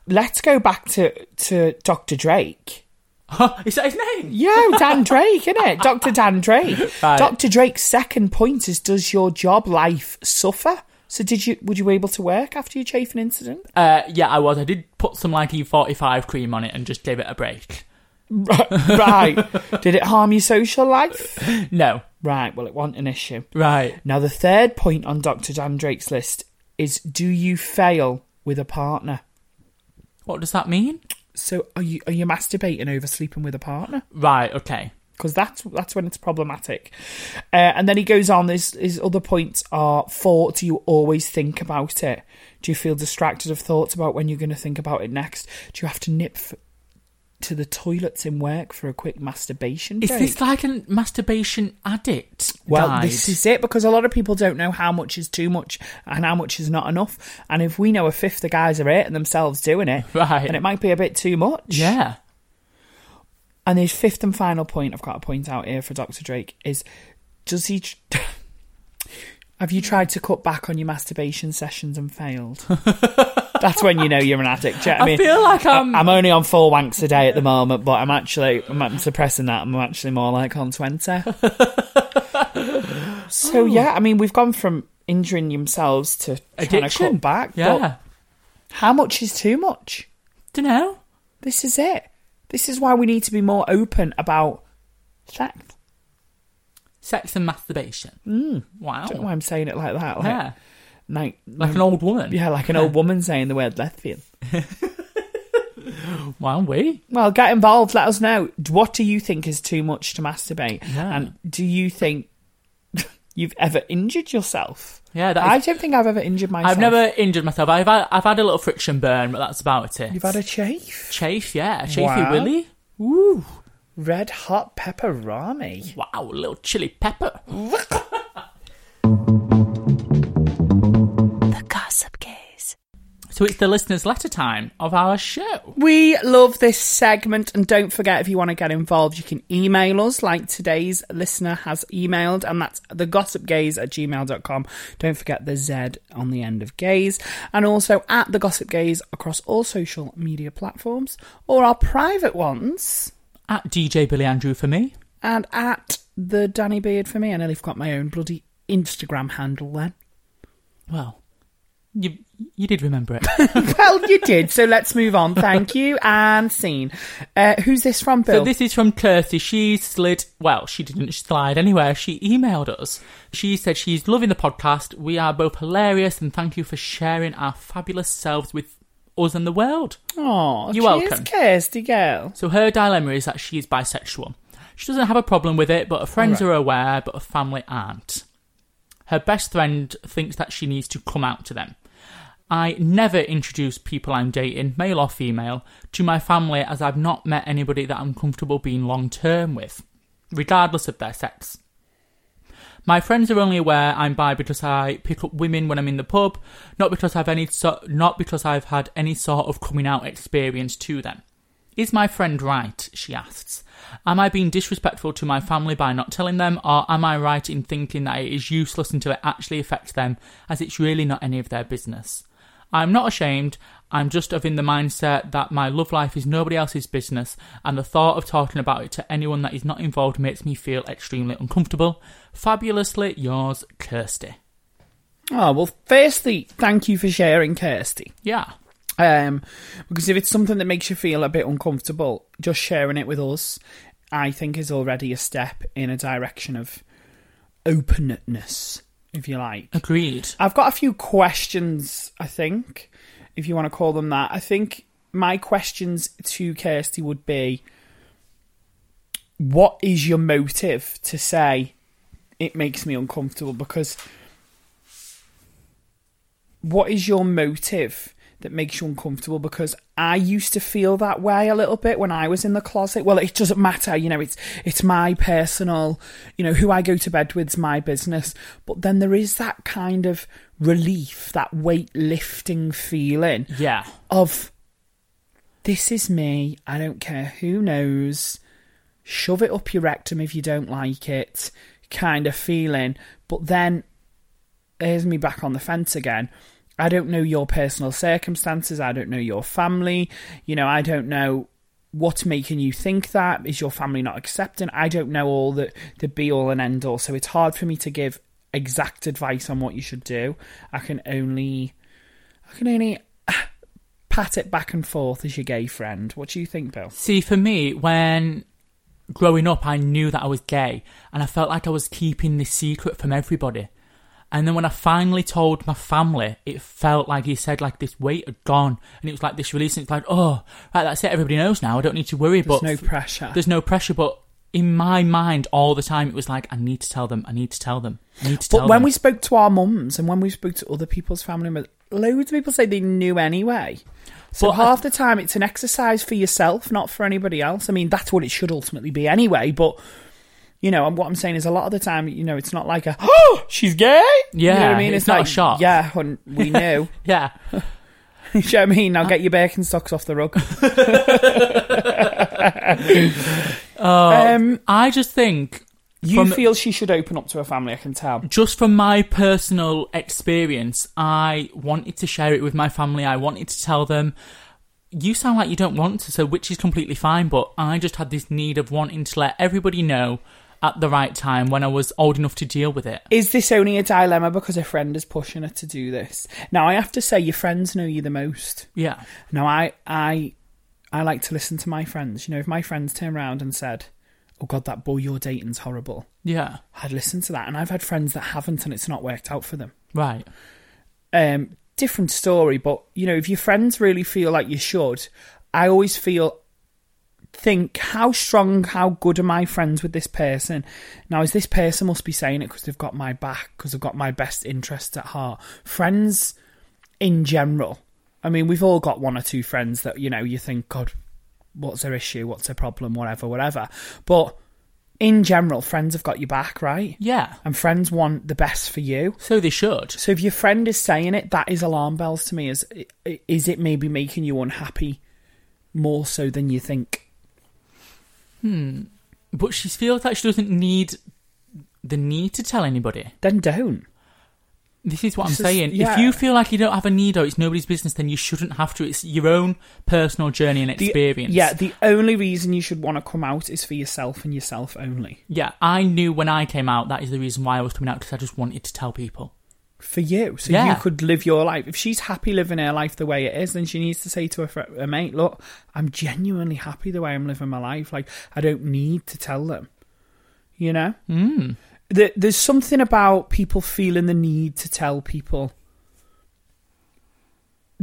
Speaker 4: Let's go back to to Dr. Drake.
Speaker 3: hot. <laughs> Is that his name?
Speaker 4: Yeah, Dan Drake, innit? it? Dr. Dan Drake.
Speaker 3: Right.
Speaker 4: Dr. Drake's second point is does your job life suffer? So did you would you be able to work after your chafing incident?
Speaker 3: Uh, yeah, I was. I did put some like E45 cream on it and just gave it a break.
Speaker 4: right. Did it harm your social life?
Speaker 3: No,
Speaker 4: Right, well it wasn't an issue.
Speaker 3: right.
Speaker 4: Now the third point on Dr. Dan Drake's list is do you fail with a partner?
Speaker 3: What does that mean?
Speaker 4: So are you are you masturbating over sleeping with a partner?
Speaker 3: Right, okay.
Speaker 4: because that's that's when it's problematic. Uh, and then he goes on. His his other points are: four, do you always think about it? Do you feel distracted of thoughts about when you're going to think about it next? Do you have to nip f- to the toilets in work for a quick masturbation
Speaker 3: Is
Speaker 4: break?
Speaker 3: this like a masturbation addict?
Speaker 4: well,
Speaker 3: guide?
Speaker 4: this is it because a lot of people don't know how much is too much and how much is not enough. And if we know a fifth of guys are it and themselves doing it,
Speaker 3: Right.
Speaker 4: and it might be a bit too much.
Speaker 3: Yeah.
Speaker 4: And his fifth and final point I've got to point out here for Dr. Drake is does he. Tr- <laughs> Have you tried to cut back on your masturbation sessions
Speaker 3: <laughs>
Speaker 4: and failed? That's when you know you're an addict. do you know what
Speaker 3: I
Speaker 4: I mean,
Speaker 3: feel um, like
Speaker 4: I-
Speaker 3: I'm-
Speaker 4: I'm only on four wanks a day at the moment, but I'm actually I'm, I'm suppressing that. I'm actually more like on
Speaker 3: <laughs>
Speaker 4: twenty. so
Speaker 3: Oh.
Speaker 4: yeah, I mean, we've gone from injuring themselves to trying to
Speaker 3: Addiction.
Speaker 4: cut back.
Speaker 3: Yeah.
Speaker 4: But how much is too much?
Speaker 3: Dunno.
Speaker 4: This is it. This is why we need to be more open about sex.
Speaker 3: Sex and masturbation. Wow.
Speaker 4: I Hmm. don't know why I'm saying it like that. Like,
Speaker 3: Oh. Yeah.
Speaker 4: Like,
Speaker 3: <laughs> Like an old woman.
Speaker 4: yeah, like an old woman saying the word lesbian.
Speaker 3: Wow, we.
Speaker 4: Well, get involved. Let us know. What do you think is too much to masturbate?
Speaker 3: Yeah.
Speaker 4: And do you think <laughs> you've ever injured yourself?
Speaker 3: Yeah, that is-
Speaker 4: I don't think I've ever injured myself.
Speaker 3: I've never injured myself. I've had, I've had a little friction burn, but that's about it.
Speaker 4: You've had a chafe.
Speaker 3: chafe, yeah. Chafey
Speaker 4: Wow.
Speaker 3: Willy.
Speaker 4: Ooh, red hot pepperoni.
Speaker 3: Wow, a little chili pepper.
Speaker 5: The Gossip Gaze.
Speaker 3: So it's the listener's letter time of our show.
Speaker 4: We love this segment, and don't forget if you want to get involved, you can email us like today's listener has emailed, and that's thegossipgaze at gmail.com. Don't forget the Z on the end of gaze, and also at the gossip gaze across all social media platforms, or our private ones,
Speaker 3: At DJ Billy Andrew for me.
Speaker 4: and at the Danny Beard for me. I nearly forgot my own bloody Instagram handle then.
Speaker 3: Well, you you did remember it.
Speaker 4: <laughs> well, you did, so let's move on. Thank you, and scene. Uh, who's this from, Bill?
Speaker 3: so this is from Kirsty. She slid. Well, she didn't slide anywhere. She emailed us. She said she's loving the podcast. We are both hilarious, and thank you for sharing our fabulous selves with us and the world.
Speaker 4: Oh,
Speaker 3: You're
Speaker 4: cheers,
Speaker 3: welcome.
Speaker 4: Kirsty girl.
Speaker 3: So her dilemma is that she is bisexual. She doesn't have a problem with it, but her friends are aware, but her family aren't. Her best friend thinks that she needs to come out to them. I never introduce people I'm dating, male or female, to my family as I've not met anybody that I'm comfortable being long term with, regardless of their sex. My friends are only aware I'm bi because I pick up women when I'm in the pub, not because I've any so- not because I've had any sort of coming out experience to them. Is my friend right? She asks. Am I being disrespectful to my family by not telling them, or am I right in thinking that it is useless until it actually affects them, as it's really not any of their business? I'm not ashamed, I'm just of in the mindset that my love life is nobody else's business, and the thought of talking about it to anyone that is not involved makes me feel extremely uncomfortable. Fabulously yours, Kirsty.
Speaker 4: Oh, well, firstly, thank you for sharing, Kirsty.
Speaker 3: Yeah.
Speaker 4: Um, because if it's something that makes you feel a bit uncomfortable, just sharing it with us, I think, is already a step in a direction of openness, if you like.
Speaker 3: Agreed.
Speaker 4: I've got a few questions, I think, if you want to call them that. I think my questions to Kirsty would be what is your motive to say it makes me uncomfortable? Because what is your motive that makes you uncomfortable? Because I used to feel that way a little bit when I was in the closet. Well, it doesn't matter, you know. It's it's my personal, you know, who I go to bed with's my business. But then there is that kind of relief, that weight lifting feeling
Speaker 3: Yeah.
Speaker 4: of this is me. I don't care who knows. Shove it up your rectum if you don't like it, kind of feeling. But then, here's me back on the fence again. I don't know your personal circumstances. I don't know your family. You know, I don't know what's making you think that. Is your family not accepting? I don't know all the, the be all and end all. So it's hard for me to give exact advice on what you should do. I can only, I can only pat it back and forth as your gay friend. What do you think, Bill?
Speaker 3: See, for me, when growing up, I knew that I was gay, and I felt like I was keeping this secret from everybody. And then when I finally told my family, it felt like he said like this weight had gone, and it was like this release. And it's like, oh, right, that's it. Everybody knows now. I don't need to worry.
Speaker 4: There's
Speaker 3: but
Speaker 4: no pressure.
Speaker 3: There's no pressure. But in my mind, all the time, it was like, I need to tell them. I need to tell them. I need to tell
Speaker 4: But when
Speaker 3: them.
Speaker 4: we spoke to our mums and when we spoke to other people's family members, loads of people say they knew anyway. So
Speaker 3: But uh, I-
Speaker 4: half the time it's an exercise for yourself, not for anybody else. I mean, that's what it should ultimately be anyway. But you know, and what I'm saying is, a lot of the time, you know, it's not like a <gasps> oh, she's gay. you know what
Speaker 3: Yeah,
Speaker 4: I mean,
Speaker 3: it's not a
Speaker 4: like,
Speaker 3: shock.
Speaker 4: Yeah, hun,
Speaker 3: <laughs>
Speaker 4: we knew.
Speaker 3: yeah,
Speaker 4: you know what I mean? Now get your Birkenstocks off the rug. um,
Speaker 3: I just think
Speaker 4: you
Speaker 3: from-
Speaker 4: feel she should open up to her family. I can tell.
Speaker 3: just from my personal experience, I wanted to share it with my family. I wanted to tell them, you sound like you don't want to, so which is completely fine, but I just had this need of wanting to let everybody know at the right time when I was old enough to deal with it.
Speaker 4: Is this only a dilemma because a friend is pushing her to do this? Now, I have to say, your friends know you the most.
Speaker 3: Yeah.
Speaker 4: Now, I, I, I like to listen to my friends. You know, if my friends turn around and said, "Oh God, that boy you're dating's horrible,"
Speaker 3: Yeah.
Speaker 4: I'd listen to that. And I've had friends that haven't, and it's not worked out for them.
Speaker 3: Right.
Speaker 4: Um, different story, but you know, if your friends really feel like you should, I always feel. Think how strong, how good are my friends with this person? Now, is this person must be saying it because they've got my back, because they've got my best interests at heart? Friends in general. I mean, we've all got one or two friends that, you know, you think, God, what's their issue? What's their problem? Whatever, whatever. But in general, friends have got your back, right?
Speaker 3: Yeah.
Speaker 4: And friends want the best for you.
Speaker 3: So they should.
Speaker 4: So if your friend is saying it, that is alarm bells to me. Is is it maybe making you unhappy more so than you think?
Speaker 3: But she feels like she doesn't need the need to tell anybody.
Speaker 4: Then don't.
Speaker 3: This is what
Speaker 4: This
Speaker 3: I'm
Speaker 4: is-
Speaker 3: saying. If
Speaker 4: yeah.
Speaker 3: you feel like you don't have a need or it's nobody's business, then you shouldn't have to. It's your own personal journey and
Speaker 4: The-
Speaker 3: experience.
Speaker 4: yeah, the only reason you should want to come out is for yourself and yourself only.
Speaker 3: Yeah, I knew when I came out that is the reason why I was coming out because I just wanted to tell people.
Speaker 4: For you, so
Speaker 3: Yeah.
Speaker 4: you could live your life. If she's happy living her life the way it is, then she needs to say to her, fr- her mate, "Look, I'm genuinely happy the way I'm living my life. Like I don't need to tell them." You know, mm. there's something about people feeling the need to tell people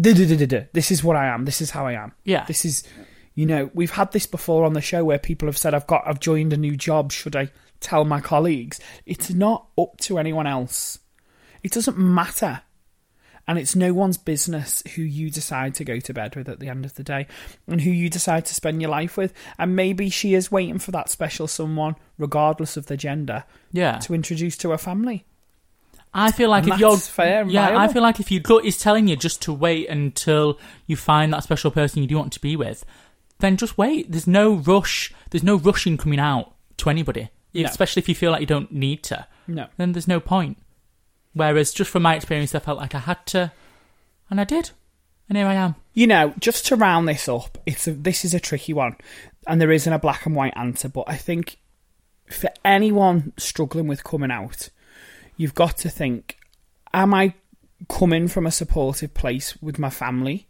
Speaker 4: "Du-du-du-du-du. this is what I am. This is how I am.
Speaker 3: Yeah.
Speaker 4: This is, you know, we've had this before on the show where people have said, I've got, I've joined a new job. Should I tell my colleagues? It's not up to anyone else. It doesn't matter. And it's no one's business who you decide to go to bed with at the end of the day and who you decide to spend your life with. And maybe she is waiting for that special someone, regardless of their gender,
Speaker 3: Yeah,
Speaker 4: to introduce to her family.
Speaker 3: I feel like
Speaker 4: And
Speaker 3: if you're
Speaker 4: that's fair and
Speaker 3: yeah, I
Speaker 4: viable.
Speaker 3: feel like if your gut is telling you just to wait until you find that special person you do want to be with, then just wait. There's no rush. There's no rushing coming out to anybody,
Speaker 4: No.
Speaker 3: especially if you feel like you don't need to.
Speaker 4: No.
Speaker 3: Then there's no point. Whereas, just from my experience, I felt like I had to, and I did, and here I am.
Speaker 4: you know, just to round this up, it's a, this is a tricky one, and there isn't a black and white answer. But I think for anyone struggling with coming out, you've got to think: Am I coming from a supportive place with my family?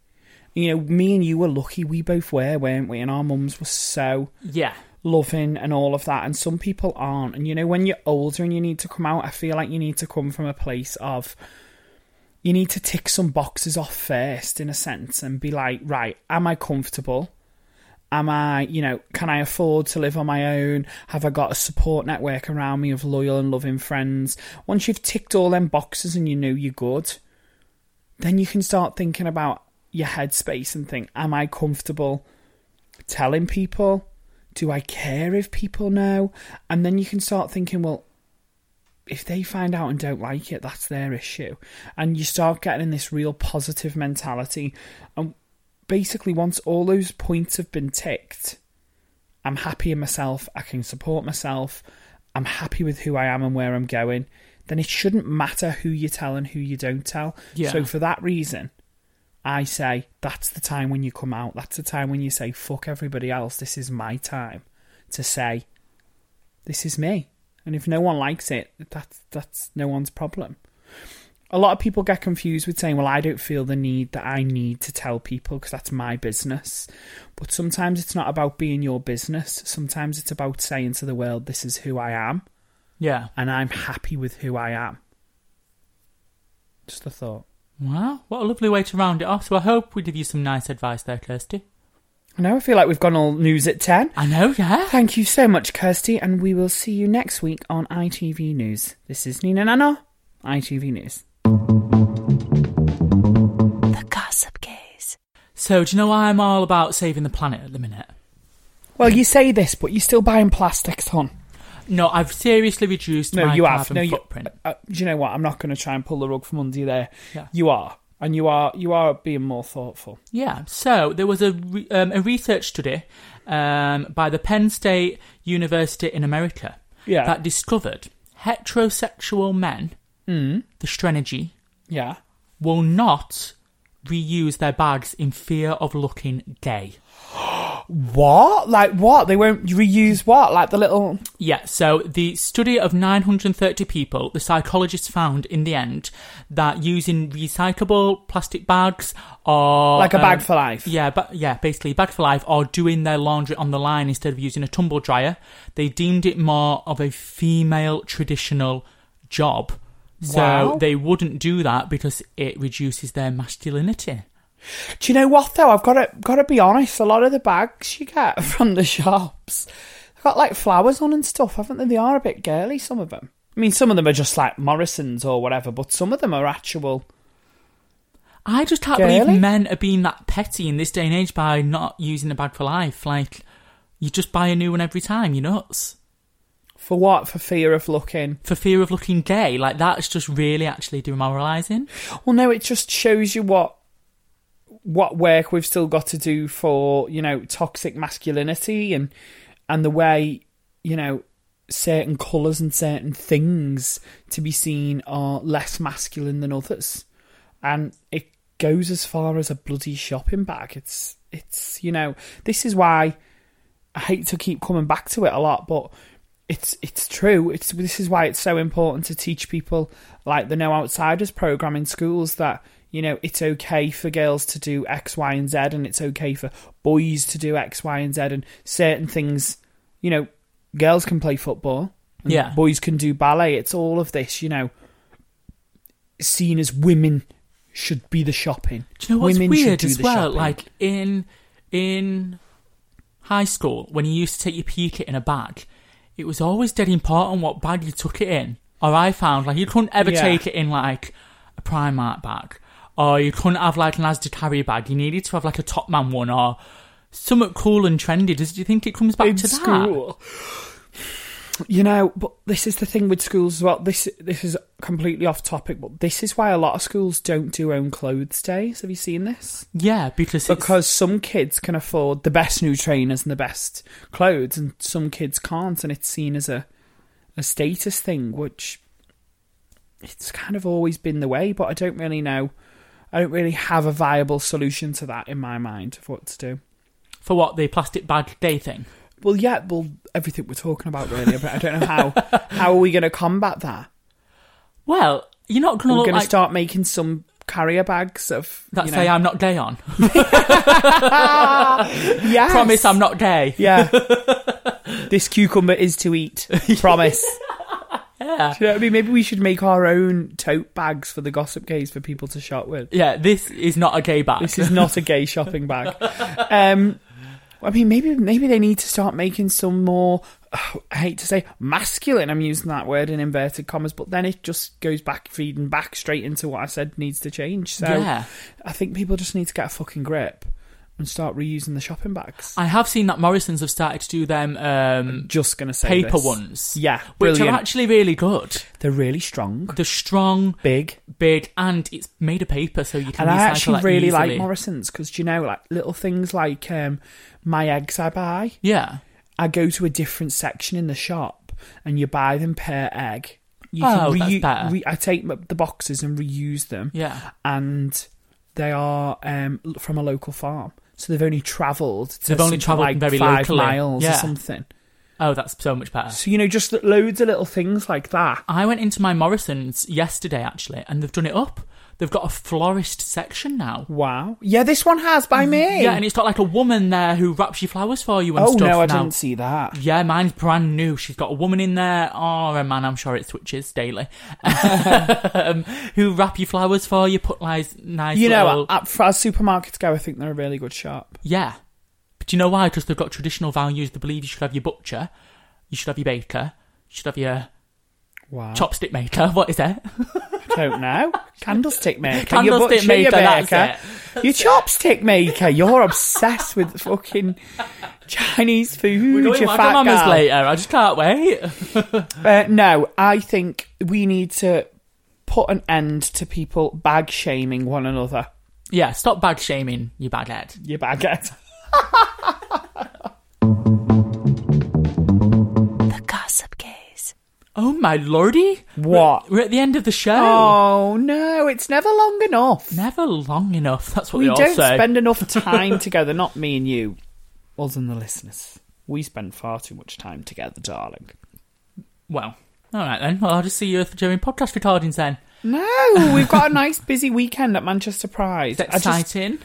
Speaker 4: You know, me and you were lucky; we both were, weren't we? And our mums were so
Speaker 3: Yeah,
Speaker 4: loving and all of that and some people aren't and you know when you're older and you need to come out i feel like you need to come from a place of you need to tick some boxes off first in a sense and be like right am i comfortable am i you know can i afford to live on my own have i got a support network around me of loyal and loving friends once you've ticked all them boxes and you know you're good then you can start thinking about your headspace and think am i comfortable telling people do I care if people know? And then you can start thinking, well, if they find out and don't like it, that's their issue. And you start getting this real positive mentality. And basically, once all those points have been ticked, I'm happy in myself, I can support myself, I'm happy with who I am and where I'm going, then it shouldn't matter who you tell and who you don't tell.
Speaker 3: Yeah.
Speaker 4: So, for that reason, I say that's the time when you come out. That's the time when you say, fuck everybody else. This is my time to say, this is me. And if no one likes it, that's, that's no one's problem. A lot of people get confused with saying, well, I don't feel the need that I need to tell people because that's my business. But sometimes it's not about being your business. Sometimes it's about saying to the world, this is who I am
Speaker 3: yeah.
Speaker 4: and I'm happy with who I am.
Speaker 7: Just a thought.
Speaker 3: Wow, what a lovely way to round it off. So I hope we give you some nice advice there, Kirsty.
Speaker 4: I know I feel like we've gone all news at 10.
Speaker 3: I know, yeah.
Speaker 4: Thank you so much, Kirsty, and we will see you next week on ITV News. This is Nina Nana, ITV News.
Speaker 5: The Gossip Gaze.
Speaker 3: So do you know why I'm all about saving the planet at the minute?
Speaker 4: Well, you say this, but you're still buying plastics, hon.
Speaker 3: No, I've seriously reduced
Speaker 4: No,
Speaker 3: my
Speaker 4: you have.
Speaker 3: carbon
Speaker 4: No, you.
Speaker 3: footprint.
Speaker 4: Uh, do you know what? I'm not going to try and pull the rug from under you there.
Speaker 3: Yeah.
Speaker 4: You are, and you are, you are being more thoughtful.
Speaker 3: Yeah, so there was a re- um, a research study um, by the Penn State University in America
Speaker 4: Yeah.
Speaker 3: that discovered heterosexual men,
Speaker 4: Hmm.
Speaker 3: the Strenergy,
Speaker 4: Yeah.
Speaker 3: will not reuse their bags in fear of looking gay.
Speaker 4: What? Like what? They won't reuse what? Like the little.
Speaker 3: Yeah, so the study of 930 people, the psychologists found in the end that using recyclable plastic bags or uh,
Speaker 4: Like a bag for life.
Speaker 3: Oh, um, Yeah, but yeah, basically bag for life or doing their laundry on the line instead of using a tumble dryer, they deemed it more of a female traditional job. So
Speaker 4: Wow.
Speaker 3: they wouldn't do that because it reduces their masculinity.
Speaker 4: Do you know what though? I've got to got to be honest. A lot of the bags you get <laughs> from the shops, they've got like flowers on and stuff, haven't they? They are a bit girly. Some of them. I mean, some of them are just like Morrison's or whatever, but some of them are actual.
Speaker 3: I just can't
Speaker 4: Girly?
Speaker 3: believe men are being that petty in this day and age by not using a bag for life. Like, you just buy a new one every time, you nuts.
Speaker 4: For what? For fear of looking.
Speaker 3: For fear of looking gay. Like, that's just really actually demoralising.
Speaker 4: Well, no, it just shows you what what work we've still got to do for you know toxic masculinity and and the way you know certain colours and certain things to be seen are less masculine than others, and it goes as far as a bloody shopping bag. It's it's you know this is why I hate to keep coming back to it a lot, but it's it's true. It's this is why it's so important to teach people like the No Outsiders program in schools that you know it's okay for girls to do X, Y, and Z, and it's okay for boys to do X, Y, and Z, and certain things. You know, girls can play football, and
Speaker 3: Yeah.
Speaker 4: boys can do ballet. It's all of this, you know, seen as women should be the shopping.
Speaker 3: Do you know what's
Speaker 4: women should
Speaker 3: weird
Speaker 4: do
Speaker 3: as
Speaker 4: the
Speaker 3: well?
Speaker 4: shopping.
Speaker 3: Like, in, in high school, when you used to take your pee kit in a bag, it was always dead important what bag you took it in. Or I found, like, you couldn't ever
Speaker 4: Yeah.
Speaker 3: take it in, like, a Primark bag. Or you couldn't have, like, an Asda carry bag. You needed to have, like, a Topman one or something cool and trendy. Does, do you think it comes back
Speaker 4: in
Speaker 3: to that?
Speaker 4: school. You know, but this is the thing with schools as well. This this is completely off topic, but this is why a lot of schools don't do own clothes days. Have you seen this?
Speaker 3: Yeah, because it's,
Speaker 4: Because some kids can afford the best new trainers and the best clothes, and some kids can't, and it's seen as a a status thing, which it's kind of always been the way. But I don't really know. I don't really have a viable solution to that in my mind of what to do.
Speaker 3: for what the plastic bag day thing.
Speaker 4: Well, yeah, well, everything we're talking about, really. But I don't
Speaker 3: <laughs>
Speaker 4: know how. how are we going to combat that?
Speaker 3: Well, you're not
Speaker 4: We're
Speaker 3: gonna look
Speaker 4: going
Speaker 3: like
Speaker 4: to start making some carrier bags of.
Speaker 3: that.
Speaker 4: you know,
Speaker 3: Say I'm not gay on.
Speaker 4: Yes.
Speaker 3: Promise I'm not
Speaker 4: <laughs>
Speaker 3: gay. <laughs>
Speaker 4: Yeah. this cucumber is to eat. Promise. yeah. Do you know what I mean? Maybe we should make our own tote bags for the gossip gays for people to shop with.
Speaker 3: Yeah, this is not a gay bag.
Speaker 4: This is not a gay shopping bag. Um, I mean, maybe maybe they need to start making some more. I hate to say masculine. I'm using that word in inverted commas, but then it just goes back feeding back straight into what I said needs to change. So
Speaker 3: Yeah.
Speaker 4: I think people just need to get a fucking grip and start reusing the shopping bags.
Speaker 3: I have seen that Morrison's have started to do them um,
Speaker 4: just gonna say
Speaker 3: paper
Speaker 4: this.
Speaker 3: ones.
Speaker 4: Yeah,
Speaker 3: Which are
Speaker 4: brilliant.
Speaker 3: actually really good.
Speaker 4: They're really strong,
Speaker 3: They're strong,
Speaker 4: big,
Speaker 3: big, and it's made of paper, so you can
Speaker 4: and I
Speaker 3: recycle
Speaker 4: actually
Speaker 3: that
Speaker 4: really
Speaker 3: easily.
Speaker 4: like Morrison's because you know, like little things like um, my eggs I buy.
Speaker 3: Yeah.
Speaker 4: I go to a different section in the shop and you buy them per egg. You
Speaker 3: Oh, that's better.
Speaker 4: I take m- the boxes and reuse them.
Speaker 3: Yeah.
Speaker 4: And they are um, l- from a local farm. So they've only travelled. to
Speaker 3: They've only
Speaker 4: something
Speaker 3: travelled
Speaker 4: like
Speaker 3: very
Speaker 4: five
Speaker 3: locally.
Speaker 4: miles or
Speaker 3: Yeah.
Speaker 4: something.
Speaker 3: Oh, that's so much better.
Speaker 4: So, you know, just lo- loads of little things like that.
Speaker 3: I went into my Morrison's yesterday actually, and they've done it up. they've got a florist section now.
Speaker 4: Wow. Yeah, this one has by me.
Speaker 3: Mm, Yeah, and it's got like a woman there who wraps your flowers for you and
Speaker 4: oh
Speaker 3: stuff.
Speaker 4: no, I
Speaker 3: now.
Speaker 4: didn't see that.
Speaker 3: Yeah, mine's brand new. She's got a woman in there, or a man, I'm sure it switches
Speaker 4: <laughs>
Speaker 3: daily, um, who wrap your flowers for you, put nice, nice
Speaker 4: You know,
Speaker 3: little-
Speaker 4: at, for as supermarkets go, I think they're a really good shop.
Speaker 3: yeah. But do you know why? Because they've got traditional values. They believe you should have your butcher, you should have your baker, you should have your
Speaker 4: Wow.
Speaker 3: chopstick maker. <laughs> What is it?
Speaker 4: Don't know. Candlestick maker. your
Speaker 3: Candlestick
Speaker 4: butcher,
Speaker 3: maker,
Speaker 4: your baker.
Speaker 3: that's
Speaker 4: your chopstick maker. You're obsessed with fucking Chinese food.
Speaker 3: We're
Speaker 4: you
Speaker 3: going
Speaker 4: fat
Speaker 3: Wagamama's
Speaker 4: gal.
Speaker 3: later. I just can't wait.
Speaker 4: Uh, no, I think we need to put an end to people bag shaming one another.
Speaker 3: yeah, stop bag shaming, you baghead. <laughs>
Speaker 4: You baguette.
Speaker 5: The Gossip Gaze.
Speaker 3: Oh my lordy!
Speaker 4: What?
Speaker 3: We're at the end of the show.
Speaker 4: Oh no, it's never long enough.
Speaker 3: Never long enough. That's what
Speaker 4: we
Speaker 3: they all
Speaker 4: don't
Speaker 3: say. <laughs>
Speaker 4: spend enough time together. Not me and you, us and the listeners. We spend far too much time together, darling.
Speaker 3: Well, all right then. Well, I'll just see you during podcast recordings then.
Speaker 4: No, we've got a nice busy weekend at Manchester
Speaker 3: It's
Speaker 4: Pride.
Speaker 3: exciting.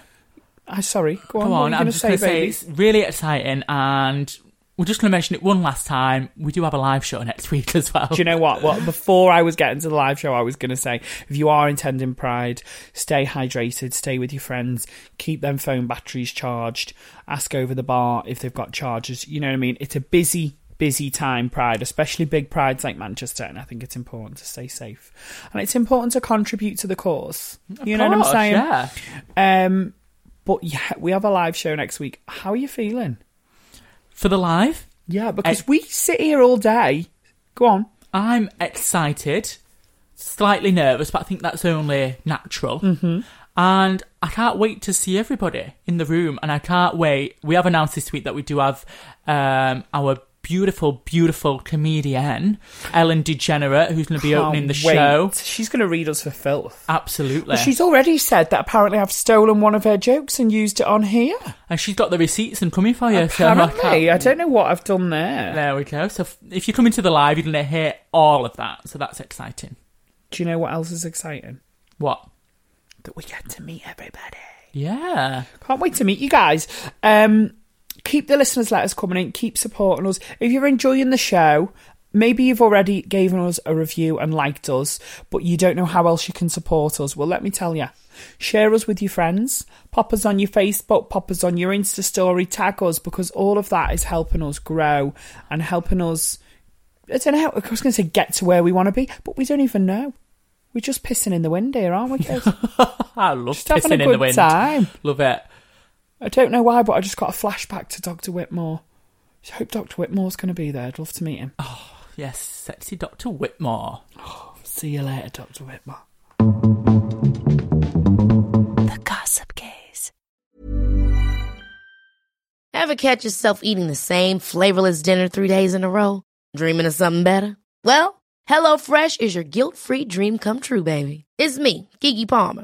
Speaker 4: I sorry. Go on.
Speaker 3: Come
Speaker 4: Oh,
Speaker 3: on,
Speaker 4: what are you
Speaker 3: I'm
Speaker 4: gonna
Speaker 3: just
Speaker 4: say,
Speaker 3: going to say
Speaker 4: baby?
Speaker 3: it's really exciting, and we're just going to mention it one last time. We do have a live show next <laughs> week as well.
Speaker 4: Do you know what? Well, before I was getting to the live show, I was going to say if you are intending Pride, stay hydrated, stay with your friends, keep them phone batteries charged, ask over the bar if they've got chargers. You know what I mean? It's a busy, busy time, Pride, especially big Prides like Manchester, and I think it's important to stay safe. And it's important to contribute to the cause. You know what
Speaker 3: Gosh,
Speaker 4: I'm saying?
Speaker 3: Yeah.
Speaker 4: Um, but yeah, we have a live show next week. How are you feeling?
Speaker 3: For the live,
Speaker 4: Yeah, because we sit here all day. Go on.
Speaker 3: I'm excited, slightly nervous, but I think that's only natural. Mm-hmm. And I can't wait to see everybody in the room. And I can't wait. We have announced this week that we do have um, our beautiful, beautiful comedian, Ellen DeGenerate, who's going to be opening the
Speaker 4: Can't wait.
Speaker 3: show.
Speaker 4: She's going to read us for filth.
Speaker 3: Absolutely.
Speaker 4: Well, she's already said that apparently I've stolen one of her jokes and used it on here.
Speaker 3: and she's got the receipts and coming for you. so I
Speaker 4: <laughs> apparently,
Speaker 3: can't-
Speaker 4: I don't know what I've done there.
Speaker 3: There we go. So if, if you come into the live, you're going to hear all of that. So that's exciting.
Speaker 4: Do you know what else is exciting?
Speaker 3: What?
Speaker 4: That we get to meet everybody.
Speaker 3: Yeah.
Speaker 4: Can't wait to meet you guys. Um, keep the listeners' letters coming in. Keep supporting us. If you're enjoying the show, maybe you've already given us a review and liked us, but you don't know how else you can support us. Well, let me tell you. Share us with your friends. Pop us on your Facebook. Pop us on your Insta story. Tag us because all of that is helping us grow and helping us. I don't know. I was going to say get to where we want to be, but we don't even know. We're just pissing in the wind here, aren't we? kids?
Speaker 3: <laughs> I love
Speaker 4: Just having a
Speaker 3: pissing in the
Speaker 4: good
Speaker 3: wind.
Speaker 4: time.
Speaker 3: Love it.
Speaker 4: I don't know why, but I just got a flashback to Dr. Whitmore. I hope Dr. Whitmore's going to be there. I'd love to meet him.
Speaker 3: Yes, sexy Dr. Whitmore.
Speaker 4: See you later, Dr. Whitmore.
Speaker 5: The Gossip Gaze.
Speaker 1: Ever catch yourself eating the same flavorless dinner three days in a row? Dreaming of something better? Well, HelloFresh is your guilt-free dream come true, baby. It's me, Gigi Palmer.